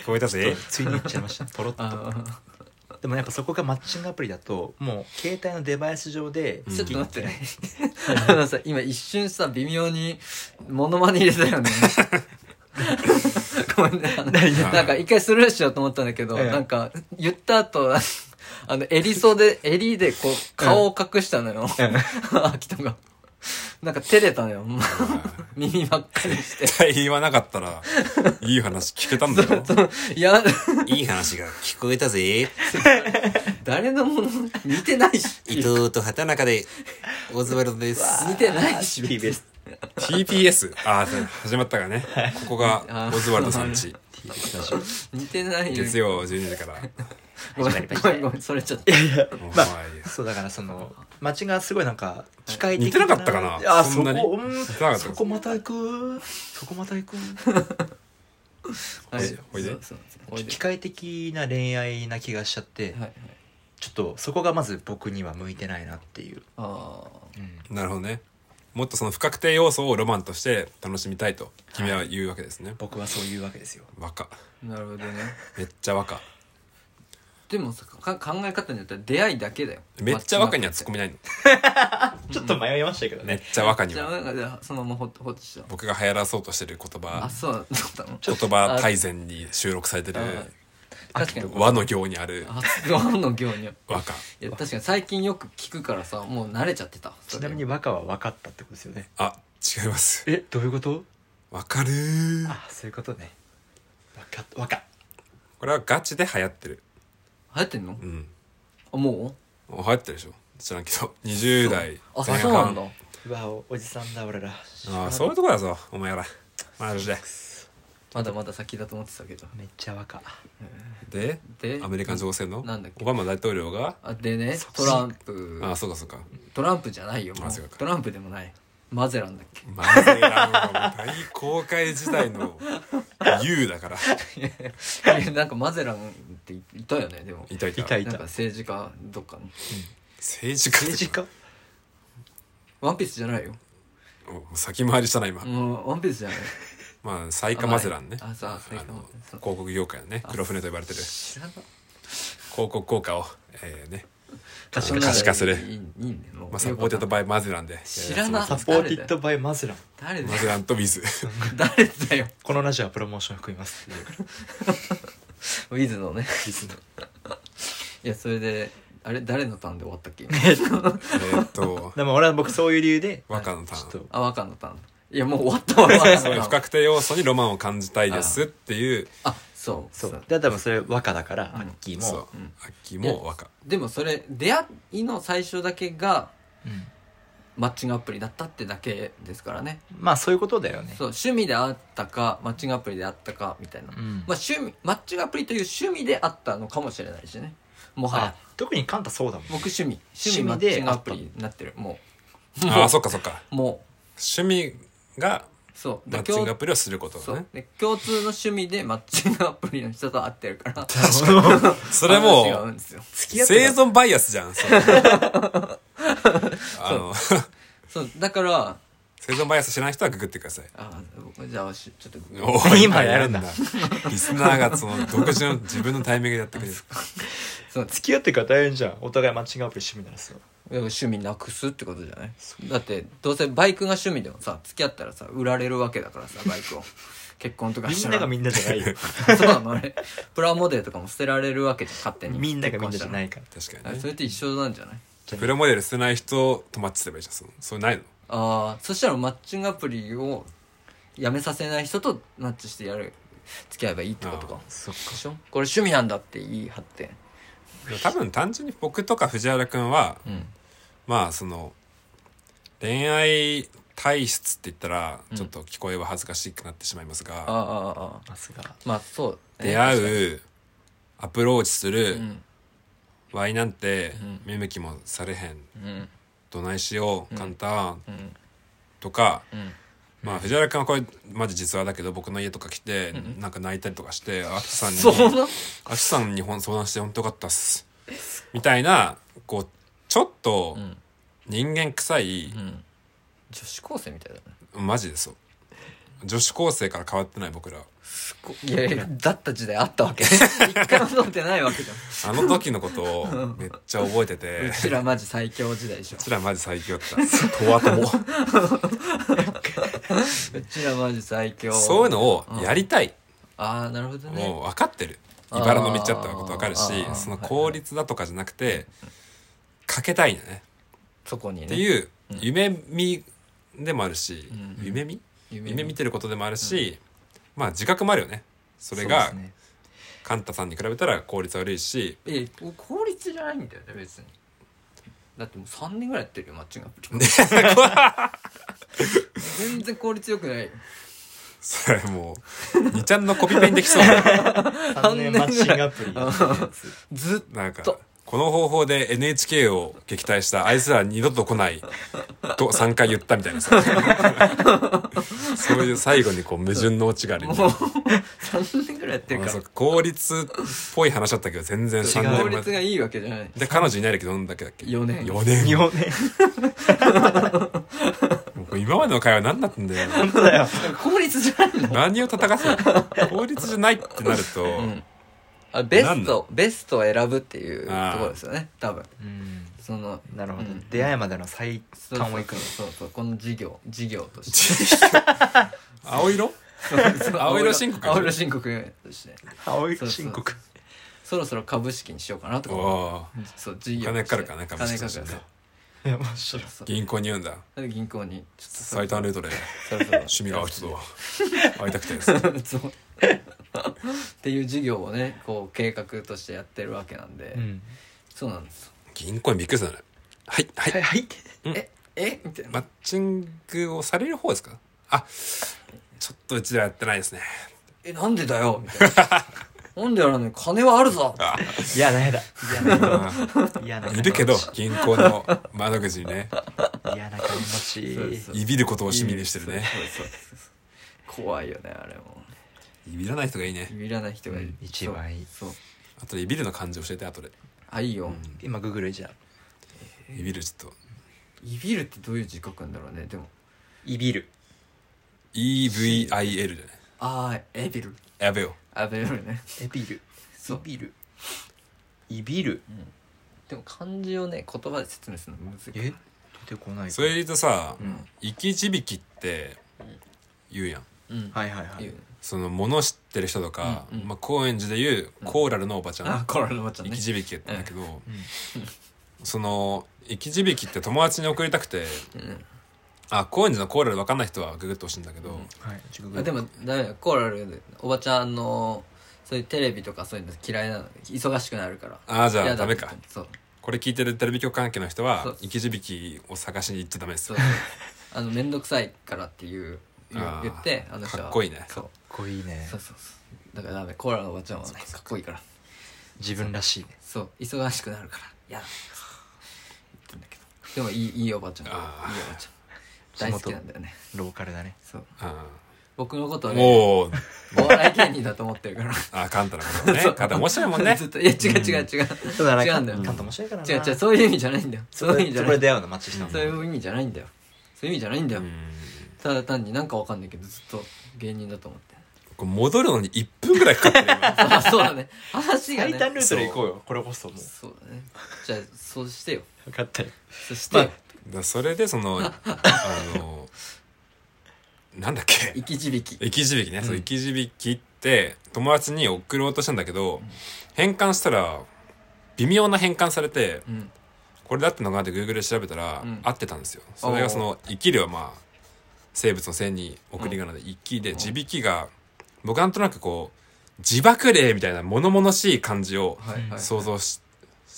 B: こえたぜ
A: ついに言っちゃいま *laughs* したポロッと
C: あ
A: でもやっぱそこがマッチングアプリだともう携帯のデバイス上で
B: う
C: ー
B: ん
C: ちょっと待ってねあのさ今一瞬さ微妙にモノマネ入れたよねごめんねあのなんか一回スルーしようと思ったんだけど、
A: ええ
C: なんか言った後あの襟袖襟でこう顔を隠したのよ、秋田がなんか照れたのよ耳ばっかりして
B: 絶対 *laughs* 言わなかったらいい話聞けたんだよ
C: いや
B: いい話が聞こえたぜ
C: 誰のもの似てないし
B: 伊藤と畑中でオズワルドです
C: 似てないし
A: TBS
B: TPS ああ始まったからねここがオズワルドさんち
C: 似てない
B: 月曜12時から
C: ごめんごめんごめんそれちょっと
B: お
A: まあ
B: 前
A: そうだからそのマッチングはすごいなんか機械的
B: 似てなかったかな
A: あ
B: そ
A: そ
B: んなに
A: こうん
B: 似てなかった
A: そこまた行くそこまた行 *laughs* く
C: はい
B: おいで
C: そうそうおいで
A: 機械的な恋愛な気がしちゃって、
C: はいはい
A: ちょっとそこがまず僕には向いてないなっていう、
C: あ
A: うん
B: なるほどねもっとその不確定要素をロマンとして楽しみたいと君は言うわけですね、
A: 僕はそういうわけですよ
B: 若
C: なるほどね *laughs*
B: めっちゃ若
C: でもさか考え方によっては出会いだけだよ
B: めっちゃ若には突っ
C: つ
B: 込みないの
A: ちょっと迷いましたけど
B: めっちゃ若に
C: じゃ
B: は
C: あなんかじゃあそのままほっとほっとした
B: 僕が流行らそうとしてる言
C: あ
B: 葉
C: そうだったの
B: 言葉大全に収録されてる
C: 確か
B: *laughs*
C: に
B: 和の行にある
C: あそうの行には
B: 和歌
C: いや確かに最近よく聞くからさもう慣れちゃってたそ
A: ちな
C: れ
A: みに若は分かったってことですよね
B: あ違います
A: えどういうこと
B: わかるー
A: あそういうことね分かった分かっ
B: これはガチで流行ってる
C: 流行ってんの
B: うん
C: あも
B: もう流行ってるでしょ知らんけど20代
C: うあ
B: 前
C: そうなんだ
B: 半
A: うわおおじさんだ俺ら
B: ああそういうとこだぞお前らマジで
C: まだまだ先だと思ってたけど
A: めっちゃ若
B: で
C: で
B: アメリカ情勢の
C: なんだっけ
B: オバマ大統領が
C: あでねトランプ
B: ああそうかそうか
C: トランプじゃないよも
B: あ
C: う
B: そうか
C: トランプでもないマゼランだっけ
B: マジであの大公開時代
C: *laughs*
B: の U だから
C: いやなんかマゼランっていたよねでも
B: 痛い痛い
A: 痛い
C: なんか政治家どっかに
B: 政治家
A: 政治家
C: ワンピースじゃないよ
B: お先回りしたな今、
C: うんワンピースじゃない
B: まあサイカマゼランね
C: あそうあサイカ
B: の
C: そ
B: 広
C: う
B: 告業界のね黒船と呼ばれてる広
C: 知らなかっ
B: 告効果をえー、ね
A: 確
C: た
A: かに
B: 可視化する
C: いいいいねもう
B: まあ、サポーテッドバイマゼランで。
C: 知らな
B: えー
A: サポーティッドバイマズラン
C: 誰だ
B: マ
C: よ *laughs*
B: ゼランとビズ。
C: 誰だよ
A: このラジオはプロモーション含みます
C: ウィズのね *laughs* いやそれであれ誰のターンで終わったっけ今
B: えーっと、
A: でも俺は僕そういう理由で
B: 若のタ
A: ちょっと
B: ーン。
C: あ若のターンいやもう終わったわ *laughs* 若
B: そういう
C: の
B: 不
C: ターン
B: 確定要素にロマンを感じたいですっていう、
C: あそう
A: そ
C: そうう
A: で多分それ若だから、
C: ん
A: アッキー
B: そ
A: も
B: う
C: うん、
B: アッキーも若。 *laughs*
C: でもそれ出会いの最初だけが
A: うん
C: マッチングアプリだったってだけですからね
A: まあそういうことだよね
C: そう趣味であったかマッチングアプリであったかみたいな、
A: ん
C: まあ、趣味マッチングアプリという趣味であったのかもしれないしねもはや
A: あ特にカンタそうだもん
C: 僕趣味趣味
A: 趣
C: マ
A: 味
C: ッ
A: で
C: チングアプリになってるも
B: ああ、そっかそっか。
C: うも
B: 趣味が
C: うそう
B: マ
C: で
B: ッチングア
C: 共
B: プリをすること
C: そ
B: だ
C: う
B: ね。
C: で共通の趣味でマッチングアプリの人と会ってるから
B: *laughs* それも
C: 話が合うんですよ
A: 付き合って
B: 生
A: た
B: 存バイアスじゃん。それあの、
C: そうだから
B: 生存バイアス知らない人はググってください。
C: あじゃあしちょっと
B: おー
A: 今やるんだ。
B: リスナーがその独自の自分のタイミングでやってくれる。
C: そう
A: 付き合ってから大変じゃんお互いマッチングアプリ趣味ならさ
C: 趣味なくすってことじゃないだってどうせバイクが趣味でもさ付き合ったらさ売られるわけだからさバ
B: *laughs*
C: イクを結婚とか
A: み
C: し
A: ん
C: た
A: な
C: ら
A: がみんなじゃないよ
C: *laughs* そうなのあれプラモデルとかも捨てられるわけじゃん勝手に
A: みんながみんなじゃないいから
B: 確かにね
C: そ。れって一緒なんじゃない
B: プロモデル捨てない人とマッチすればいいじゃんそのそれないの
C: ああそしたらマッチングアプリをやめさせない人とマッチしてやる付き合えばいいってこと
B: あ
C: か
B: あ
A: そっか
C: でしょこれ趣味なんだって言い張って
B: でも多分単純に僕とか藤原くんは
C: うん
B: まあその恋愛体質って言ったら
C: ん
B: ちょっと聞こえは恥ずかしくなってしまいます
C: ああ
B: が、
C: ああああ
A: まさか
C: まあそう
B: 出
C: う
B: 会うアプローチする、
C: うん
B: ワイなんて
C: うん
B: 見向きもされへん
C: うん
B: どないしよう簡単
C: うん
B: とか、
C: うん
B: まあ藤原くんはこれマジ実話だけど僕の家とか来てなんか泣いたりとかしてあきさんに
C: そんな
B: アシさんに本相談して本当よかったっすみたいなこうちょっと
C: ん
B: 人間臭い、
C: うん女子高生みたいだね
B: マジでそう女子高生から変わってない僕ら
C: いやいやだった時代あったわ *laughs* け一回も通ってないわけじゃん
B: あの時のことを *laughs* めっちゃ覚えてて
C: う
B: う
C: ちらマジ最強時代でしょ
B: ちらマジ最強だった *laughs* とわとも
C: *laughs* うちらマジ最強
B: そういうのをやりたい、
C: ああなるほどね
B: もう分かってる
C: あー
B: 茨の道だったこと分かるし
C: あー
B: その効率だとかじゃなくてかけたいんだね
C: そこにね
B: っていう夢見でもあるし、
C: うん
B: 夢見
C: 夢
B: 夢見てることでもあるし、まあ自覚もあるよねそれが
A: そうですね
B: カンタさんに比べたら効率悪いし
C: ええ効率じゃないんだよね別にだってもう3年ぐらいやってるよマッチングアプリ全然効率よくない
B: それもう2ちゃんのコピペにできそうだよ
A: 3年マッチングアプリやってるやつ
C: ずっ
B: なんか
C: と
B: この方法で NHK を撃退したあいつら二度と来ないと3回言ったみたいなさそういう最後にこう矛盾のオチがある
C: もう3年ぐらいやってる
B: まあ
C: か
B: そう
C: ら
B: 効率っぽい話だったけど全然
A: 違
B: 3
A: う
C: 効
B: 年
C: 率
B: 前
C: がいいわけじゃな
A: *laughs*
C: い
B: で彼女いないけどどんだけだっけ
C: 4年
B: 4年
A: 日本ね
B: もうこれ今までの会話何だったんだよ
A: そうだよ
C: 効率じゃないんだ
B: 何を叩かすの法律じゃないってなると、
C: うんあベ
B: なん
C: ス
B: だ
C: トベストを選ぶっていうと
B: あー
C: ころですよね多分
A: うん
C: その
A: なるほど、
C: うん
A: 出会いまでの最
C: そう
A: 短をいくの
C: そうそうそうこの事業事業として
B: 青色
C: そうそう
B: 青色申告
C: 青色申告として
A: 青い
C: そうそう
A: 申告
C: そろそろ株式にしようかなと
B: お
C: か
B: お
C: そう事業
B: 金かかるからね株
C: 株
B: 式
C: 式
B: と
C: 金
B: してね
C: かかるそう
A: いや面白い
C: そう
B: 銀行に言うんだ
C: それで銀行にちょっとそろ
B: 最短レートで
C: そろそろ
B: 趣味が合う人と会いたくて
C: *laughs*
B: です
C: そうっていう事業をねこう計画としてやってるわけなんで、
A: うん
C: そうなんですよ
B: 銀行にびっくりするねはいはい、
A: はいはい
C: えみたいな
B: マッチングをされる方ですかあちょっとうちではやってないですね
C: えなんでだよみたいななんでやらない金はあるぞ
A: 嫌なやだ嫌な
B: うんいるけ
C: *laughs*
B: ど銀行の窓口にね
A: 嫌な金
C: そう
A: 持ち
C: そう
B: いびることを趣味にしてるね
C: そうそうそうそう怖いよねあれも
B: いびらない人がいいね
C: ビビらない人がいる、
A: うん一番いい
C: そうそう
B: あとでいびるの漢字教えて後で
C: あいいよ、
A: 今グーグルじゃ
B: いびるちょっと
C: いびるってどういう字書くんだろうねでも
A: いびる
B: EVIL じゃない
C: ああエビル
B: やべよ
C: あべるね
A: えビル
C: そう
A: いびるいびる
C: でも漢字をね言葉で説明するのむずい
A: え出てこない
B: それで言うとさ
C: うん
B: 生き字引きって言うやん
C: うん
A: はいはいはいい
C: いよね
B: その物知ってる人とか、
C: うんうん
B: まあ、高円寺で言うコーラルのおばちゃ
C: あ
B: ん、
C: コロナのばちゃん
B: 生
C: ね
B: き字引きやったんだけど、その生き字引きって友達に送りたくて
C: うん
B: あ高円寺のコーラル分かんない人はググってほしいんだけど、
A: はいちょグーグ
C: あ
A: ル
C: でもダメだよコロナでおばちゃんのそういうテレビとかそういうの嫌いなの忙しくなるから
B: ああじゃあ
C: 嫌だ
B: ダ
C: って
B: メ
C: 言っ
B: か
C: てそう
B: これ聞いてるテレビ局関係の人
C: そ
B: は
C: う
B: 生き字引きを探しに行っちゃダメです
C: そ
B: よ
C: うあの面倒くさいからっていう言
B: *laughs*
C: う
B: あー
C: 言ってあの人は
B: かっこいいね
C: そう
A: かっこいいね
C: そうそうそうだからダメコーラのおばちゃんはねかっこいいから
A: 自分らしいね
C: そう忙しくなるから嫌だ言ってんだけどでもいいいいおばちゃんいいおば
B: あー
C: ちゃん大好きなんだよね
A: ローカルだね
C: そう
B: あ
C: 僕のこと
B: あ
C: はね
B: もう
C: お笑い芸人だと思ってるから
B: ああカンタのこと
C: *laughs*
B: ねカンタ面白いもんね
C: ずっといや違う違う違う、
A: そうだな
C: 違うんだよ
A: カント面白いからな
C: 違う違うそういう意味じゃないんだよそういう意味じ
A: そ
C: ゃ
A: こ
C: ない
A: で出会うの待ちしたの
C: そういう意味じゃないんだよそういう意味じゃないんだ
B: う
C: よ、
B: ん
C: ただ単になんかわかんないけどずっと芸人だと思って
B: これ戻るのに1分ぐらいかかってる今
C: あそうだね話がね
A: 最短ルートで行こうよこれこそもう
C: そうだねじゃあそうしてよ
A: 分かったよ
C: そして、
A: まあ
B: だからそれでそのあ
C: *laughs*
B: のなんだっけ
C: 生き字引き
B: 生き字引きね、そう
C: うん
B: 生き字引きって友達に送ろうとしたんだけど、変換したら微妙な変換されて
C: うん
B: これだってのかなって Google で調べたら、
C: うん
B: 合ってたんですよそれがその生きるはまあ生物の線に送り仮名で生きで
C: ん
B: 字引きが僕なんとなくこう自爆霊みたいな物々しい感じを
C: はいはい
B: 想像し,、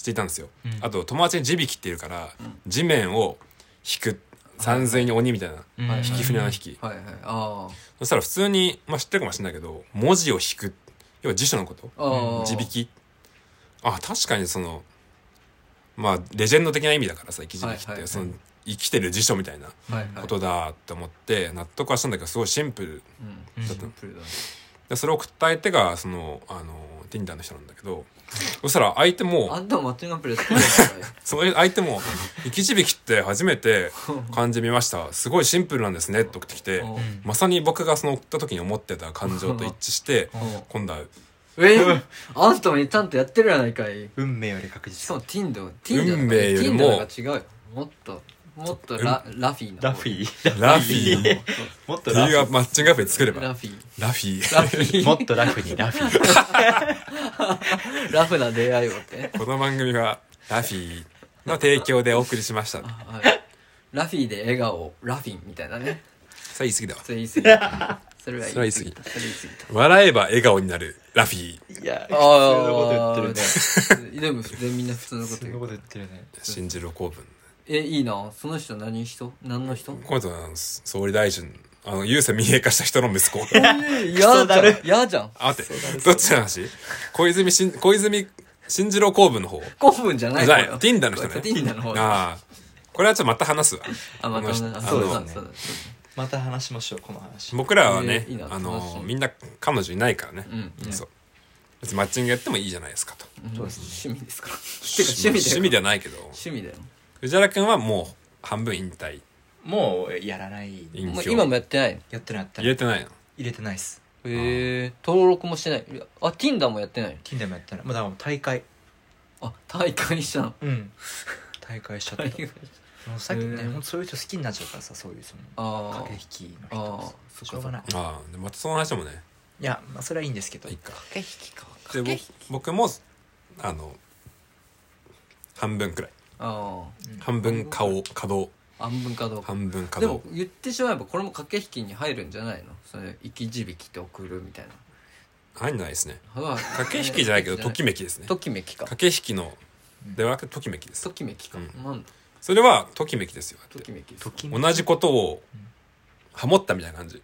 B: ていたんですよ、
A: うん
B: あと友達に地引きっていうから、地面を引く三千に鬼みたいな、
A: うん
C: はい
B: 引き船の引き、
C: はいはいあ
B: そしたら普通に、まあ、知ってるかもしれないけど文字を引く要は辞書のこと
C: あああ
B: 地引きあ確かにそのまあレジェンド的な意味だからさ生き字引きって、
C: はいはいはい
B: その生きてる辞書みたいな
C: はいはい
B: ことだって思って納得はしたんだけどすごいシンプル
C: うん
A: うん
B: だっ
C: シ
B: た
C: ンプルだね
B: でそれを送った相手がそのあの Tinder の人なんだけどそしたら相手も
C: あんたもマッチングアプリで作ってる
B: その相手
C: *laughs*
B: も「生き字引きって初めて感じ見ましたすごいシンプルなんですね」って送ってきて
C: の
A: うん
B: まさに僕がその送った時に思ってた感情と一致して今度は
C: えーあんたもちゃんとやってるやないかい
A: 運命より確
C: し
A: 実
C: かも Tinder Tinder
B: 運命よりも
C: Tinder が違うよもっともっとララフィーな
A: ラフィ
B: *laughs*
A: ー
B: ラフィーっ
C: そう
A: もってとラ
B: い
A: フ
B: うマッチングアプリ作れば
C: ラフィー
B: ラフィー
C: ラフィ
A: ィーもっ
C: ー
A: とラフにラフィー
C: ラフな出会いをって
B: この番組はラフィーの提供でお送りしました
C: はいラフィーで笑顔ラフィンみたいなね
B: それ言い過ぎだわ
C: それ言
B: *laughs*
C: い過ぎたそれは
B: それは言い
C: 言い
B: 過
C: 過
B: ぎ
C: ぎ
B: た
C: たそれ言
B: *laughs*
C: い過ぎた
B: 笑えば笑顔になるラフィー
A: いや普通
C: あ
A: のこと言ってるね
C: ねでも普通みんな普通のこ
A: 普
C: と
A: 通
C: 言
A: の
C: う
A: こと言ってるね
B: 信じる公文
C: えいいなその人何人何の人
B: 今度はあの総理大臣あの郵政民営化した人の
C: *laughs*
B: 息子
C: 嫌じゃん
A: だる
C: 嫌じゃん
B: あ待ってどっちの話小泉しん小泉進次郎公文の方
C: 古文じゃない
B: じゃあ
C: これ
B: Tinder の人ね
C: これ Tinder の方
B: ああこれはちょっとまた話すわ
C: あま
B: この
C: た
B: 人
C: また
A: そうですね
C: あそうだ
A: また話しましょうこの話
B: 僕らはね、
C: えーいいな
B: あ
C: 楽し
B: の
C: い
B: みんな彼女いないからね、
C: うんうん
B: そう別にマッチングやってもいいじゃないですかと
A: そうです
C: 趣味ですからてか趣味だよ
B: 趣味ではないけど
C: 趣味だよ
B: 藤原君はもう半分引退
A: もうやらない
B: 隠
C: もう
B: 居
C: 今もやってない
A: やってないやって
B: 入
A: ない
B: れてないの
A: 入れてないっす
C: へえ登録もしてないいやあ Tinder もやってない
A: 近年もやってないまあだから大会
C: あ大会したの
A: うん大会しちゃった
C: 大会
A: もうさっきね
C: へー
A: ほんとそういう人好きになっちゃうからさそういうその
C: あ
A: 駆け
C: ー
A: 引きの
C: あー
A: 人
C: そっか
A: しょうがない
B: ああでまたその話もね
A: いや、まあ、それはいいんですけど
B: いいか
C: 駆け引きか
B: で
C: 駆
B: ぼ
C: け引き
B: 僕もあの半分くらい
C: あ
B: 半分顔稼働
C: あ安分かどうか
B: 半分稼
C: でも
B: 働
C: 言ってしまえばこれも駆け引きに入るんじゃないのそれ生き字引きって送るみたいな
B: 入んないですね
C: 駆
B: 駆け引きじゃないけどとき
C: め
B: めきですね
C: きときめきか
B: 駆け引きのではなくときめきです
C: ときめきか、
B: うん
C: なんだ
B: それはときめきですよ
C: ときめきです
A: 時々
B: 同じことをハモったみたいな感じ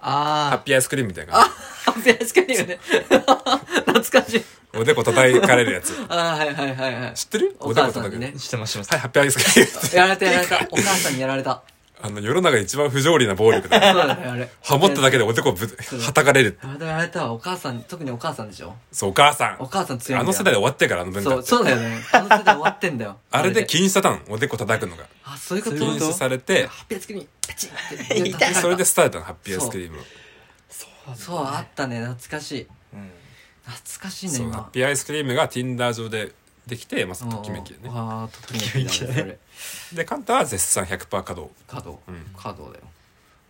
B: ハッ
A: あ
B: ピーアイスクリームみたいな感
C: あ *laughs* 確かによね *laughs* 懐かしい
B: じおでこ叩かれるやつ
C: あーはいはいはいはい
B: 知ってるお
C: お
B: でこ
C: 母さ
B: 叩
C: ん
B: く
C: にね
A: あしてますしてます
B: はいハッピーアイスクリームって
C: *laughs* やられたやられたお母さんにやられた
B: あの世の中で一番不条理な暴力だ
C: *laughs* そ
B: よ
C: うだねあれ
B: ハモっただけでおでこぶはたかれる
C: やられたやられたわお母さん特にお母さんでしょ
B: そうお母さ
C: お
B: ん
C: 母さん強い
B: あ
C: んだ
B: の
C: よ
B: 世代で終わってからあの文化
C: そうそうだよねあの世代終わってんだよ
B: あれで
C: き
B: 禁止されたのおでこ叩くのが
C: あそういうこと
A: そう
B: 禁
A: いうこ
B: 止
A: と
B: されて
C: ハッピーアイスクリームパチンって
B: *laughs*
A: 痛い
B: それで伝えたのハッピーアイスクリームを
A: そう
C: そうあったね懐かしい
A: うん
C: 懐かしいね
B: そうハッ
C: 今
B: ピーアイスクリームが Tinder 上でできてまさ
C: うん
B: にときめきだね
C: あーときめきだねそれ
B: でカンタは絶賛100%稼働
C: 稼働
B: うん
C: 稼働だよ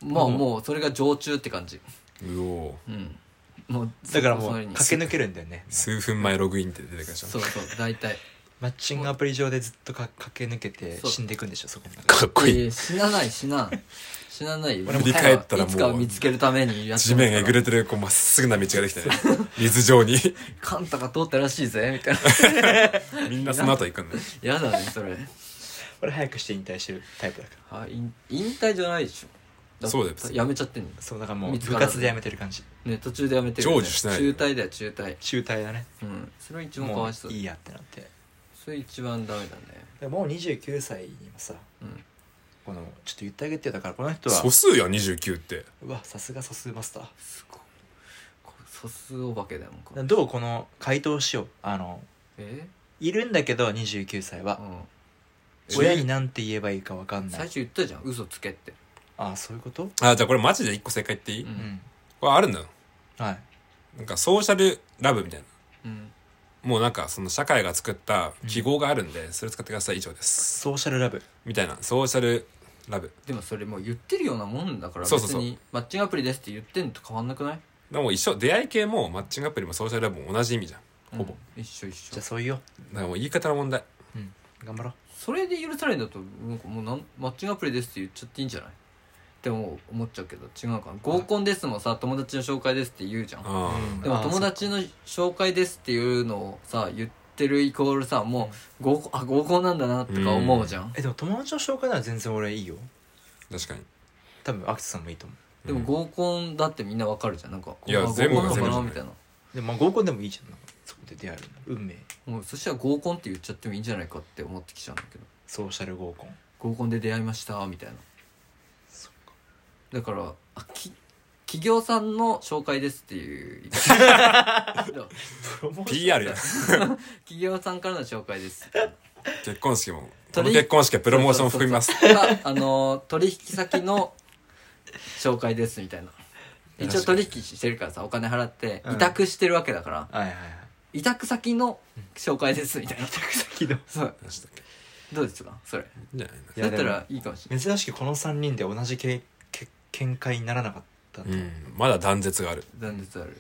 C: まあ
A: うん
C: もうそれが常駐って感じ
B: うおー
C: うんもう
A: だからもう
C: それに
A: 駆け抜けるんだよね
B: 数分前ログインって出てくるでしょ
C: そうそう大体
A: マッチングアプリ上でずっとか駆け抜けて
C: そう
A: 死んでいくんでしょそこの中
B: かっこいい
C: いや死なない死なん死なないよ
A: 俺も
B: 振り返ったらもう
C: いつかは見つけるためにやってます
B: 地
C: から
B: 面えぐれてるこうまっすぐな道ができてね水上に
C: カンタが通ったらしいぜみた
B: *laughs*
C: いな
B: みんなその後行くんだよ
C: やだねそれ
A: 俺早くして引退してるタイプだか
C: あ引引退じゃないでしょって
B: そうだよ別に
C: やめちゃってんの
A: らそうだからもう
C: 見つ
A: 部
C: からず
A: 活でやめてる感じ
C: ね途中でやめてるよね
B: 成就してない
C: 中退だよ中退
A: 中退だね
C: うんそれは一番か
A: も
C: わいそう
A: ういいやってなって
C: それ一番ダメだね
A: でもう29歳にもさ
C: うん
A: このちょっと言ってあげてよだからこの人は
B: 素数や29って
A: うわさすが素数マスター
C: すごいこれ素数お化けだよもんこれ
A: どうこの回答しようあの
C: え
A: いるんだけど29歳
C: う
A: は
C: ん
A: 親になんて言えばいいかわかんな
C: 最
A: い
C: 初言ったじゃん嘘つけって
A: ああそういうこと
B: あじゃあこれマジで1個正解言っていい、
C: う
A: うんん
B: これあるんだよ
A: はい
B: なんかソーシャルラブみたいな
C: うん
B: もうなんかその社会が作った記号があるんで、それ使ってください以上です
A: ソーシャルラブ
B: みたいなソーシャルラブ
C: でもそれもう言ってるようなもんだから別
B: そう
C: に
B: そうそう
C: マッチングアプリですって言ってんのと変わんなくない
B: でも一緒出会い系もマッチングアプリもソーシャルラブも同じ意味じゃんほぼ、
C: うん一緒一緒
A: じゃあそういうよ
B: だからもう言い方の問題
A: うん頑張ろう
C: それで許されるんだとなんかもうなんマッチングアプリですって言っちゃっていいんじゃないってもう思っちゃうけど違うかな合コンですもさ友達の紹介ですって言うじゃん
B: あ
A: うん
C: でも友達の紹介ですっていうのをさ言ってるイコールさもう合コンあ合コンなんだなとか思うじゃん
A: えでも友達の紹介なら全然俺いいよ
B: あ確かに
A: 多分アクセさんもいいと思
C: でも合コンだってみんなわかるじゃんなんか
B: いや
C: あ合コ
B: 全
C: ン
B: 部
C: な
B: が
C: のか
B: 全部じゃ
C: な
B: ない
C: みたいな
A: うでもまあ合コンでもいいじゃんなんかそこで出会えるの運命
C: もうそしたら合コンって言っちゃってもいいんじゃないかって思ってきちゃうんだけど
A: ソーシャル合コン
C: 合コンで出会いましたみたいな
A: そっか
C: だからあき企業さんの紹介ですっていう
A: プロモ
B: PR や
C: 企業さんからの紹介です
B: 結婚式もこ
C: 取
B: の
C: り
B: 結婚式はプロモーションも含みます
C: そうそうそうああの取引先の紹介ですみたいな一応取引してるからさお金払って
A: うん
C: 委託してるわけだから、
A: はいはいはい
C: 委託先の紹介ですみたいな
A: 先の
C: そう
B: 何したっけ
C: どうですかそれ
B: じゃない
A: いや
C: だったらいいかもしれない
A: 珍しくこの3人で同じけけ見解にならなかった
B: なうんまだ断絶がある
C: 断絶ある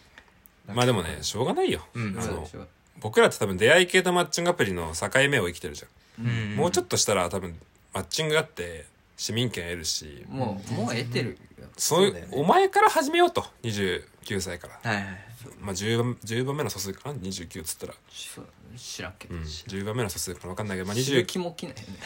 B: まあでもねしょうがないよ、
A: うん
B: あ
C: そうで
B: の
C: しょ
B: 僕らって多分出会い系とマッチングアプリの境目を生きてるじ
C: う
A: うん
C: ん
B: ゃん、もうちょっとしたら多分マッチングだって市民権得るし
C: もうもう得てるよ
B: そう
A: そ
B: い
A: うだよ
B: う
A: ね
B: お前から始めようと29歳から、
A: はいはいはい
B: まあ、10, 番10番目の素数かな29っつったら、
C: そう知らんけ
B: う
C: ど、
B: ん、
C: 知
B: 10番目の素数か分かんないけど、まあ、
C: 知る
B: 29
C: 気も起きないよね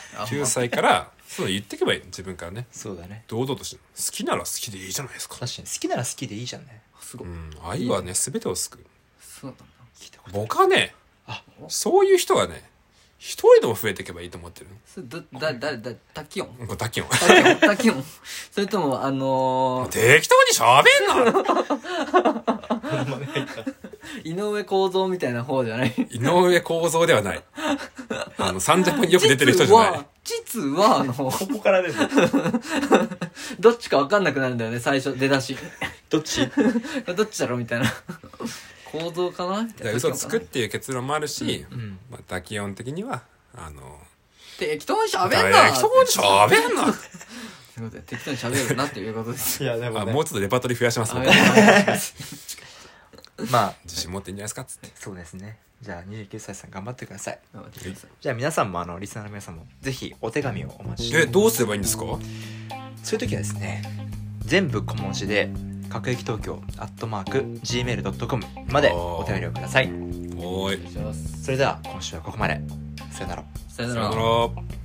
C: あ
B: 歳からそう言ってけばいい自分からね
A: そうだね
B: 堂々として好きなら好きでいいじゃないですか、
A: 確かに好きなら好きでいいじゃんね
C: すご
B: う
C: い、
B: ん、愛はね全てを救う
C: そうなんだ
A: 聞いたこと
B: 僕はね
A: あ
B: そういう人がね一人でも増えていけばいいと思ってる
C: それどだだだタキオン
B: もうだけよ
C: タキオンタキオンそれともあの
B: 適当に喋んな
C: ー、井上構造みたいな方じゃない
B: 井上構造ではないあの三尺によく出てる人じゃない
C: 実は実は、あの、
A: こからでも
C: どっちかわかんなくなるんだよね、最初、出だし。
A: どっち
C: どっちだろ
B: *laughs*
C: みたいな。構造かなみ
B: だか
C: たい
B: ら
C: な。
B: 嘘つくっていう結論もあるし、
A: うん
B: まあ、基本的にはあの
C: 適当に喋んな
B: 適当にしゃべんな
C: ということで適当に喋るなっていうこと
B: *laughs*
C: です。
A: いやで
B: あもうちょっとレパートリー増やし
C: *laughs*
B: ます
C: あ
B: 僕
C: りがとうございます
A: まあ
B: 自信持っていいんじゃないですかっつって
A: そうですねじゃあ29歳さん頑張ってください
C: 頑張ってください
A: じゃあ皆さんもあのリスナーの皆さんもぜひお手紙をお待ちして
B: え
A: ます
B: どうすればいいんですか
A: そういう時はですね全部小文字で「各駅東京」「アットマーク Gmail.com」までお便りをください
B: おーい
C: お願いします
A: それでは今週はここまでさよなら
C: さよ
B: さ
C: な
B: よ
C: ら
B: な。ら